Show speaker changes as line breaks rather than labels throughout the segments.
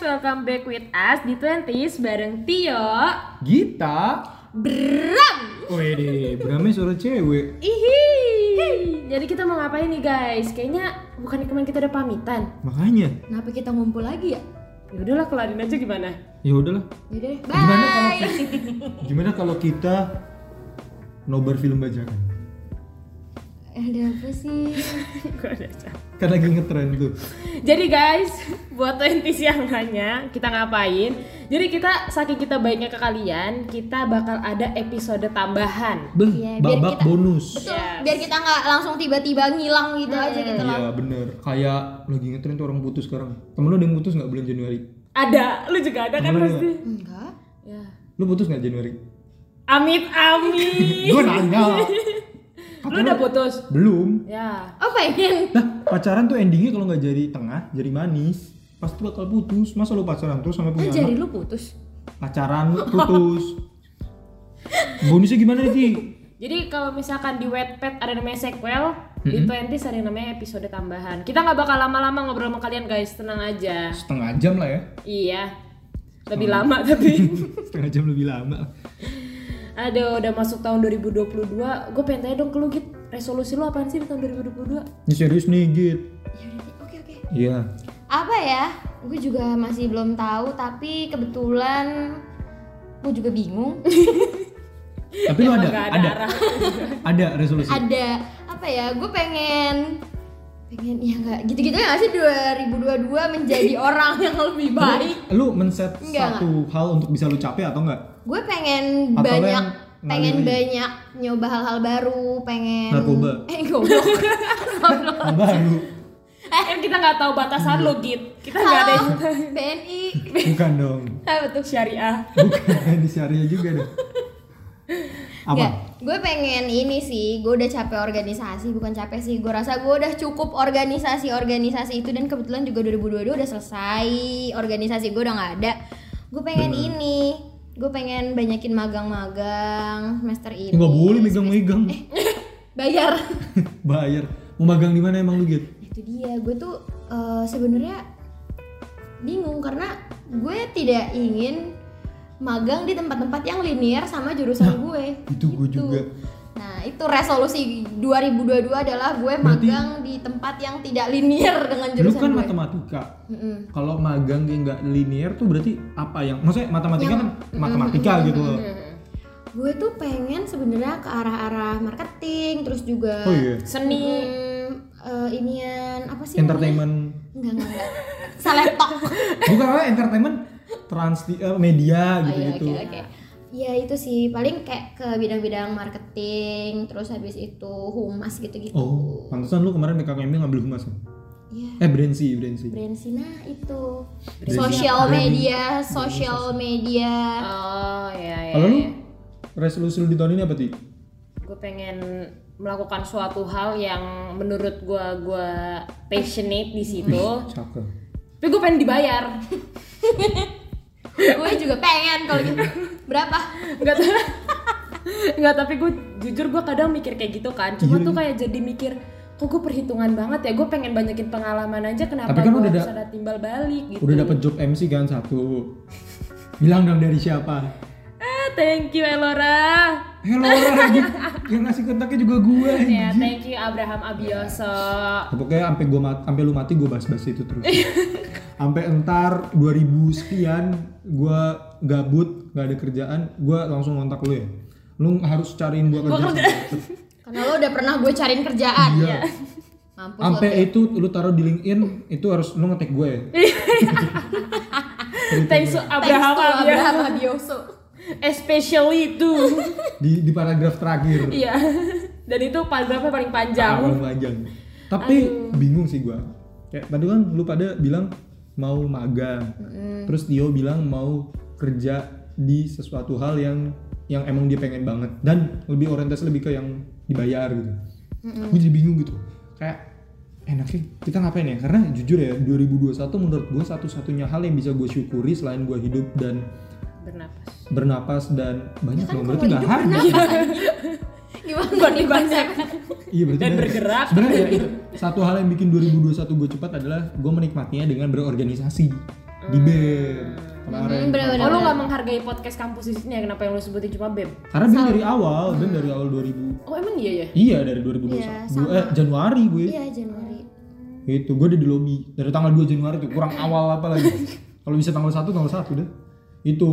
welcome back with us di 20s bareng Tio
Gita.
Bram.
Wede, Bramnya suara cewek.
Ihi. Jadi kita mau ngapain nih guys? Kayaknya bukan kemarin kita udah pamitan.
Makanya,
Kenapa kita ngumpul lagi ya?
Ya udahlah kelarin aja gimana?
ya udahlah.
Yaudah deh,
Gimana
bye!
kalau gimana kalau kita nobar film bajakan?
Ada apa sih?
Gua ada aja.
Kan lagi ngetren tuh.
Jadi guys, buat 20s yang nanya kita ngapain? Jadi kita saking kita baiknya ke kalian, kita bakal ada episode tambahan.
Beh,
Iya, biar
babak
kita-
bonus.
Betul,
Yes.
biar kita nggak langsung tiba-tiba ngilang gitu aja gitu loh.
Iya bener, kayak lagi ngetren tuh orang putus sekarang Temen lu ada yang putus gak bulan Januari?
Ada, lu juga ada kan
Bener.
pasti.
Enggak.
Ya.
Lu putus gak Januari?
Amit amit.
Gue nanya
lu udah putus?
Belum
Ya.
Oh pengen.
Lah pacaran tuh endingnya kalau nggak jari tengah, jari manis Pasti bakal putus, masa lu pacaran terus sama
Oh,
punya anak?
jari lu putus.
pacaran putus bonusnya gimana nih Ti?
Jadi kalau misalkan di Wattpad ada namanya sequel, di 20s ada yang namanya episode tambahan. Kita nggak bakal lama-lama ngobrol sama kalian guys, tenang aja.
setengah jam lah ya
Iya. Lebih lama tapi.
setengah jam lebih lama
Aduh, udah masuk tahun 2022. Gue pengen tanya dong ke lu Git, resolusi lu apaan sih di tahun 2022?
ini serius nih Git
Yaudah deh, oke oke.
iya
Apa ya? Gue juga masih belum tahu tapi kebetulan gue juga bingung.
tapi lu ada
Emang nggak ada
ada
arah.
ada resolusi
Ada apa ya? Gue pengen pengen ya nggak gitu-gitu ya nggak sih 2022 menjadi orang yang lebih baik.
lu men-set
Enggak,
satu hal untuk bisa lu capai atau enggak
gue pengen
Atau lo yang
banyak
ngalir
pengen
aja?
banyak nyoba hal-hal baru pengen
Narkoba.
eh goblok Goblok.
Yang baru
Kan kita nggak tahu batasan lu Git. Kita nggak ada
halo
yang
BNI
bukan dong
ah betul
syariah.
bukan di syariah juga dong apa
Nggak, gue pengen ini sih gue udah capek organisasi bukan capek sih gue rasa gue udah cukup organisasi organisasi itu dan kebetulan juga 2022 udah selesai organisasi gue udah nggak ada gue pengen ini gue pengen banyakin magang-magang semester ini
nggak boleh megang-megang
bayar
bayar mau magang di mana emang lu Git
itu dia gue tuh eh, sebenarnya bingung karena gue tidak ingin magang di tempat-tempat yang linear sama jurusan gue
itu Nah, gue
Gitu.
juga.
nah itu resolusi 2022 adalah gue
Berarti-
magang di tempat yang tidak linear dengan
lu
jurusan ya.
kan
gue
matematika
Mm-mm.
kalau magang yang nggak linear tuh berarti apa yang maksudnya matematika kan matematika gitu loh
gue tuh pengen sebenarnya ke arah-arah marketing terus juga
oh iya
Seni.
mm, eh, inian apa sih
entertainment
namanya? enggak enggak, enggak. seletok
bukan apa entertainment trans eh, media gitu gitu
Oh, iya, Oke, oke. Ya itu sih paling kayak ke bidang-bidang marketing, terus habis itu humas gitu-gitu.
oh pantesan lu kemarin BKKMB ngambil humas ya?
Iya.
eh Brensi Brensi
Bransi, nah itu.
Bransi.
Social
Branding. iya,
media, social media.
Ah.
Oh iya iya.
kalau lu
iya.
resolusi lu di tahun ini apa sih
gue pengen melakukan suatu hal yang menurut gue gue passionate di situ
cakep
tapi gue pengen dibayar
gue juga pengen kalau gitu. Berapa?
nggak tahu nggak tapi gue jujur gue kadang mikir kayak gitu kan cuma
Iya.
tuh kayak jadi mikir kok gue perhitungan banget ya gue pengen banyakin pengalaman aja kenapa
Tapi kan
gue
udah
harus
da-
ada timbal balik gitu
udah dapet job MC kan satu bilang dong dari siapa
ah, thank you Elora
hello orang anjing. yang ngasih kontaknya juga gue
ya
anjing.
thank you Abraham Abioso
Pokoknya sampai gua mat- sampai lu mati gue bahas-bahas itu terus. Sampai entar 2000 sekian gua gabut, nggak ada kerjaan, gua langsung kontak lu ya. Lu harus cariin gua kerja.
Karena lo udah pernah gue cariin kerjaan.
Iya.
Mampus lo.
Sampai itu lu taruh di LinkedIn, itu harus lu ngetek gue ya.
thanks to
Thanks
Abraham
to
Abioso
Abraham Abioso.
especially itu
Di di paragraf terakhir.
iya dan itu paragrafnya paling panjang
Awal panjang. Tapi bingung sih gua. Kayak tadi kan lu pada bilang mau magang. Terus Tio bilang mau kerja di sesuatu hal yang yang emang dia pengen banget dan lebih orientasi lebih ke yang dibayar gitu. Gue jadi bingung gitu. Kayak enaknya kita ngapain ya? Karena jujur ya 2021 menurut gue satu-satunya hal yang bisa gue syukuri selain gue hidup dan
bernapas
bernapas dan banyak dong
Kan kalau
berarti nggak
hidup
ada.
kenapa? Gimana
Buat
nih
dibanyak.
konsepnya?
Iya berarti
Dan
ada-
bergerak.
Sebenarnya ya, itu satu hal yang bikin 2021 gue cepat adalah gue menikmatinya dengan berorganisasi. di
Hmm.
BEM kemarin.
Hmm, bener-bener.
Oh lu gak menghargai podcast kampus di sini ya kenapa yang lu sebutin cuma BEM?
Karena BEM dari awal, BEM dari awal 2000.
Oh emang iya ya?
Iya dari 2021.
Iya,
Gua- eh Januari gue.
Iya Januari.
Itu gue udah Gitu, di lobby dari tanggal 2 Januari tuh kurang awal apa lagi. Kalau bisa tanggal 1 tanggal 1 deh. Itu.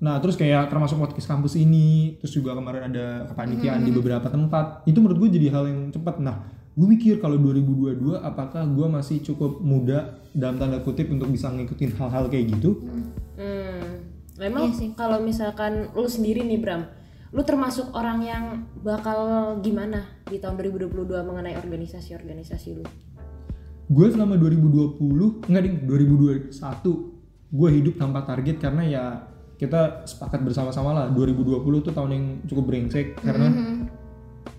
Nah, terus kayak termasuk podcast kampus ini, terus juga kemarin ada kepanitiaan di beberapa tempat. Itu menurut gue jadi hal yang cepat. Nah, gue mikir kalau 2022 apakah gue masih cukup muda dalam tanda kutip untuk bisa ngikutin hal-hal kayak gitu?
Hmm.
Iya
Emang kalau misalkan lu sendiri nih Bram, lu termasuk orang yang bakal gimana di tahun 2022 mengenai organisasi-organisasi lu?
gue selama 2020 enggak ding 2021 gue hidup tanpa target karena ya kita sepakat bersama-sama lah 2020 tuh tahun yang cukup brengsek karena
Hmm.
ya
Mhm.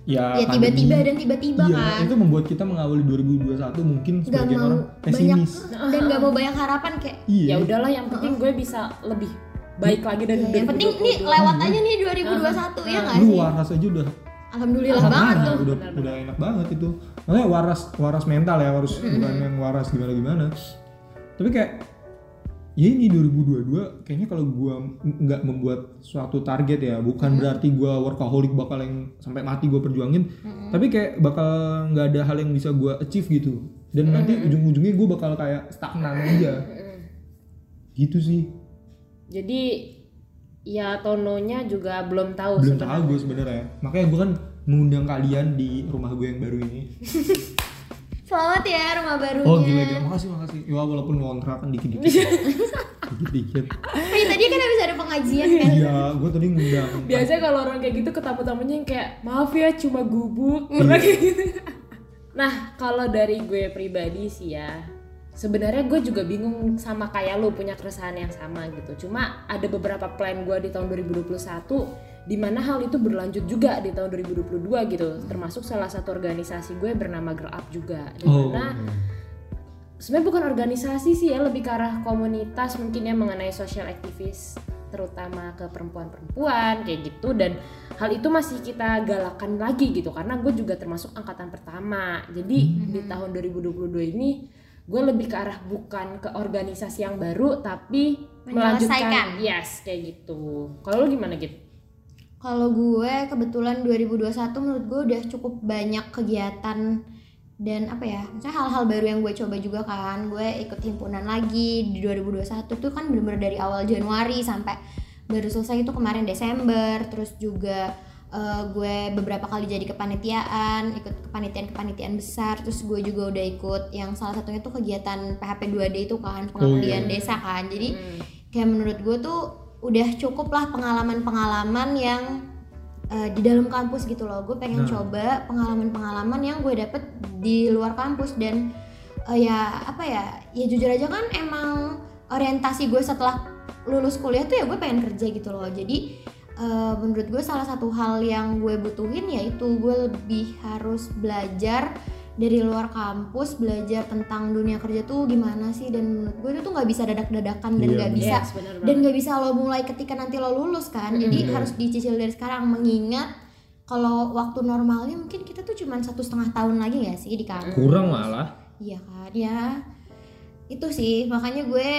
Ya tiba-tiba
pandemi.
dan tiba-tiba
Iya,
kan.
itu membuat kita mengawali 2021 mungkin
Gak
sebagian
mau
orang
banyak
pesimis
dan gak mau banyak harapan kayak.
iya
Ya udahlah yang penting gue bisa lebih baik lagi dari
Iya, Yang penting nih lewat aja nih 2021 ya nggak
lu
sih?
waras aja udah
Alhamdulillah
enak
banget tuh.
udah udah enak banget itu makanya waras waras mental ya harus bukan yang waras gimana gimana tapi kayak ya ini 2022 kayaknya kalau gua m- nggak membuat suatu target ya bukan berarti gua workaholic bakal yang sampai mati gua perjuangin tapi kayak bakal nggak ada hal yang bisa gua achieve gitu dan nanti ujung-ujungnya gua bakal kayak stagnan aja gitu sih
Jadi ya tononya juga belum tahu
belum
sebenarnya.
tahu gue sebenarnya makanya gua kan mengundang kalian di rumah gue yang baru ini
Selamat ya rumah barunya.
Oh gila gila, makasih makasih. Ya walaupun kontrakan dikit dikit,
Iya.
dikit dikit.
Eh, tadi kan habis ada pengajian kan.
Iya, gue tadi ngundang.
Biasanya kalau orang kayak gitu ke tamu-tamunya yang kayak maaf ya cuma gubuk pernah kayak gitu. Nah, kalau dari gue pribadi sih ya, sebenarnya gue juga bingung sama kayak lu punya keresahan yang sama gitu. Cuma ada beberapa plan gue di tahun 2021 di mana hal itu berlanjut juga di tahun 2022 gitu. Termasuk salah satu organisasi gue bernama Girl Up juga. Di
Oh.
mana sebenarnya bukan organisasi sih ya lebih ke arah komunitas mungkin ya mengenai social activist terutama ke perempuan-perempuan kayak gitu dan hal itu masih kita galakan lagi gitu karena gue juga termasuk angkatan pertama jadi
Mm-hmm.
di tahun 2022 ini gue lebih ke arah bukan ke organisasi yang baru tapi melanjutkan
Menyelesaikan.
yes kayak gitu kalau lu gimana gitu
Kalau gue kebetulan 2021 menurut gue udah cukup banyak kegiatan dan apa ya, maksudnya hal-hal baru yang gue coba juga kan. Gue ikut himpunan lagi di 2021 tuh kan bener-bener dari awal Januari sampai baru selesai itu kemarin Desember. Terus juga eh, gue beberapa kali jadi kepanitiaan, ikut kepanitiaan-kepanitiaan besar. Terus gue juga udah ikut yang salah satunya tuh kegiatan PHP 2D itu kan, pengabdian desa kan. Jadi
Hmm.
kayak menurut gue tuh udah cukup lah pengalaman-pengalaman yang eh, di dalam kampus gitu loh gue pengen
Nah.
coba pengalaman-pengalaman yang gue dapet di luar kampus dan eh, ya apa ya ya jujur aja kan emang orientasi gue setelah lulus kuliah tuh ya gue pengen kerja gitu loh jadi eh, menurut gue salah satu hal yang gue butuhin yaitu gue lebih harus belajar dari luar kampus belajar tentang dunia kerja tuh gimana sih dan menurut gue itu tuh nggak bisa dadak-dadakan dan
Iya,
nggak
bener.
bisa
Yes, bener banget.
dan nggak bisa lo mulai ketika nanti lo lulus kan jadi harus dicicil dari sekarang mengingat kalau waktu normalnya mungkin kita tuh cuma satu setengah tahun lagi ya sih di kampus
Kurang malah.
iya kan ya itu sih makanya gue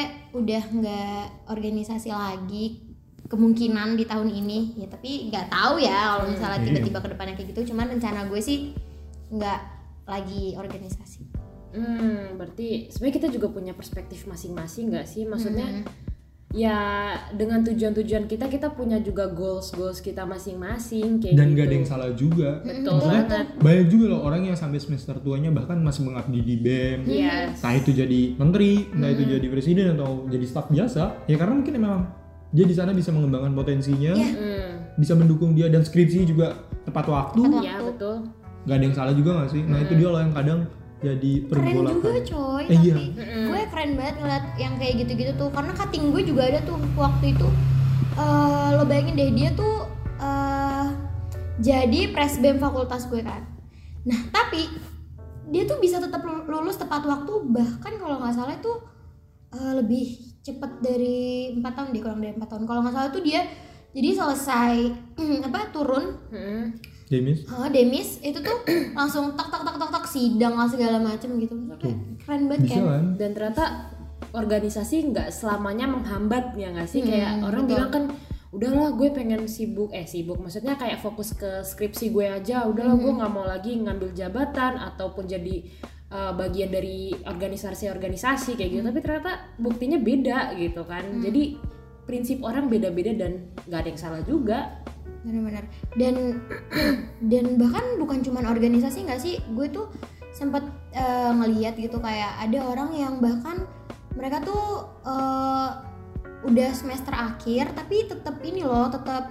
udah nggak organisasi lagi kemungkinan di tahun ini ya tapi nggak tahu ya kalau misalnya
Iya.
tiba-tiba kedepannya kayak gitu cuman rencana gue sih nggak lagi organisasi
Hmm, berarti sebenarnya kita juga punya perspektif masing-masing nggak sih? Maksudnya ya dengan tujuan-tujuan kita kita punya juga goals-goals kita masing-masing kayak
Dan
gitu.
gak ada yang salah juga.
Betul
Maksudnya
banget.
banyak juga loh orang yang sampai semester tuanya bahkan masih mengabdi di BEM.
Yes.
Entah Nah, itu jadi menteri, entah itu
Hmm.
jadi presiden atau jadi staf biasa. Ya karena mungkin memang dia di sana bisa mengembangkan potensinya,
Iya.
Hmm.
bisa mendukung dia dan skripsinya juga tepat waktu.
Tepat
Iya,
Waktu.
betul.
Gak ada yang salah juga gak sih? Nah itu dia loh yang kadang jadi
Iya. keren
pergolakan.
juga coy
Eh, iya.
tapi gue keren banget ngeliat yang kayak gitu-gitu tuh karena cutting gue juga ada tuh waktu itu Eh, lo bayangin deh dia tuh eh, jadi presbem fakultas gue kan nah tapi dia tuh bisa tetap lul- lulus tepat waktu bahkan kalau nggak salah itu eh, lebih cepet dari empat tahun deh kurang dari empat tahun kalau nggak salah tuh dia jadi selesai apa turun
Hmm.
James?
Oh, Demis itu tuh langsung tak tak tak tak tak sidang lah segala macem gitu. Maksudnya kayak keren banget
Bisa
kan.
kan?
Dan ternyata organisasi nggak selamanya menghambat ya nggak sih kayak
Hmm,
orang
betul.
bilang kan udahlah gue pengen sibuk eh sibuk maksudnya kayak fokus ke skripsi gue aja udahlah
Hmm.
gue nggak mau lagi ngambil jabatan ataupun jadi uh, bagian dari organisasi-organisasi kayak
Hmm.
gitu tapi ternyata buktinya beda gitu kan jadi prinsip orang beda-beda dan nggak ada yang salah juga
benar-benar dan dan bahkan bukan cuman organisasi nggak sih gue tuh sempat eh, ngeliat gitu kayak ada orang yang bahkan mereka tuh eh, udah semester akhir tapi tetap ini loh tetap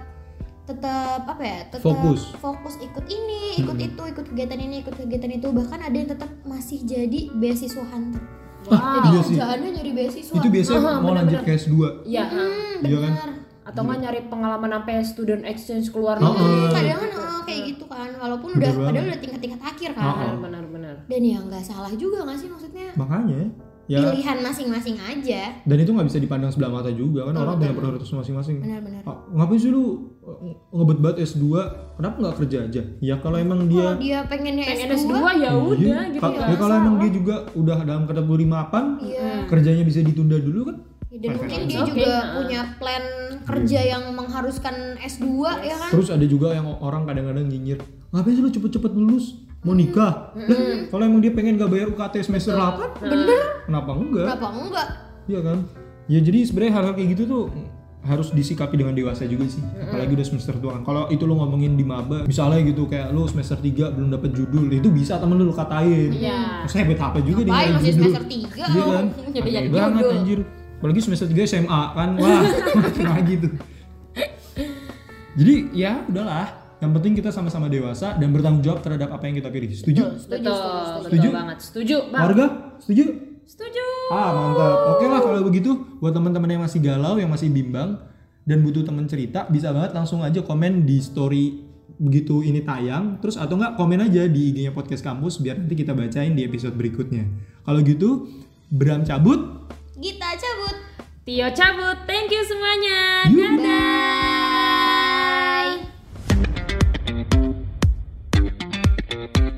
tetap apa ya tetap
Fokus.
fokus ikut ini ikut
Mm-mm.
itu ikut kegiatan ini ikut kegiatan itu bahkan ada yang tetap masih jadi beasiswa hunter
Ah,
wow
iya sih.
kerjaannya jadi beasiswa
itu biasanya
Aha,
mau lanjut ke S2
ya
Hmm,
Iya kan?
bener.
atau nggak nyari pengalaman sampai student exchange keluar
Oh,
negeri
oh.
Hmm, kadang kan eh, kayak gitu kan walaupun
Bener
udah
banget.
padahal udah tingkat-tingkat akhir kan
Oh, oh.
benar-benar
dan ya nggak salah juga nggak sih maksudnya
makanya ya
pilihan masing-masing aja
dan itu nggak bisa dipandang sebelah mata juga kan
Betul,
orang
betul.
punya prioritas masing-masing
benar-benar
Ah, ngapain sih lu eh, ngebet banget S2 kenapa nggak kerja aja ya kalau emang
kalau
dia
dia pengennya
pengen
S2,
S2 ya udah
Iya.
gitu
Ka- ya
nggak
kalau emang
salah.
dia juga udah dalam kategori mapan
iya Ya,
kerjanya bisa ditunda dulu kan
dan mungkin dia
Hmm. Oke,
juga
nah.
punya plan kerja yang mengharuskan S2 ya
Iya.
kan
terus ada juga yang orang kadang-kadang nyinyir ngapain sih lu cepet-cepet lulus mau nikah Lah, kalau emang dia pengen gak bayar UKT semester 8
bener
kenapa enggak
kenapa enggak
iya kan ya jadi sebenarnya hal-hal kayak gitu tuh harus disikapi dengan dewasa juga sih apalagi udah semester tua kan kalau itu lo ngomongin di maba misalnya gitu kayak lo semester 3 belum dapet judul itu bisa temen lo lu katain
Iya.
saya bet apa juga di
Baik masih semester 3
Iya kan?
jadi
Aneh
jadi
banget
jodoh
anjir. Apalagi semester 3 SMA kan. Wah, makin lagi tuh. Jadi ya udahlah. Yang penting kita sama-sama dewasa dan bertanggung jawab terhadap apa yang kita pilih. Setuju?
Betul, setuju,
betul,
setuju, setuju.
Setuju?
betul banget. Setuju, Bang.
Warga? Setuju?
Setuju.
Ah mantap. Oke lah kalau begitu buat teman-teman yang masih galau, yang masih bimbang dan butuh teman cerita bisa banget langsung aja komen di story begitu ini tayang terus atau enggak komen aja di IG-nya podcast kampus biar nanti kita bacain di episode berikutnya. Kalau gitu Bram cabut.
Gita cabut
Tio cabut. Thank you semuanya.
Yuh.
bye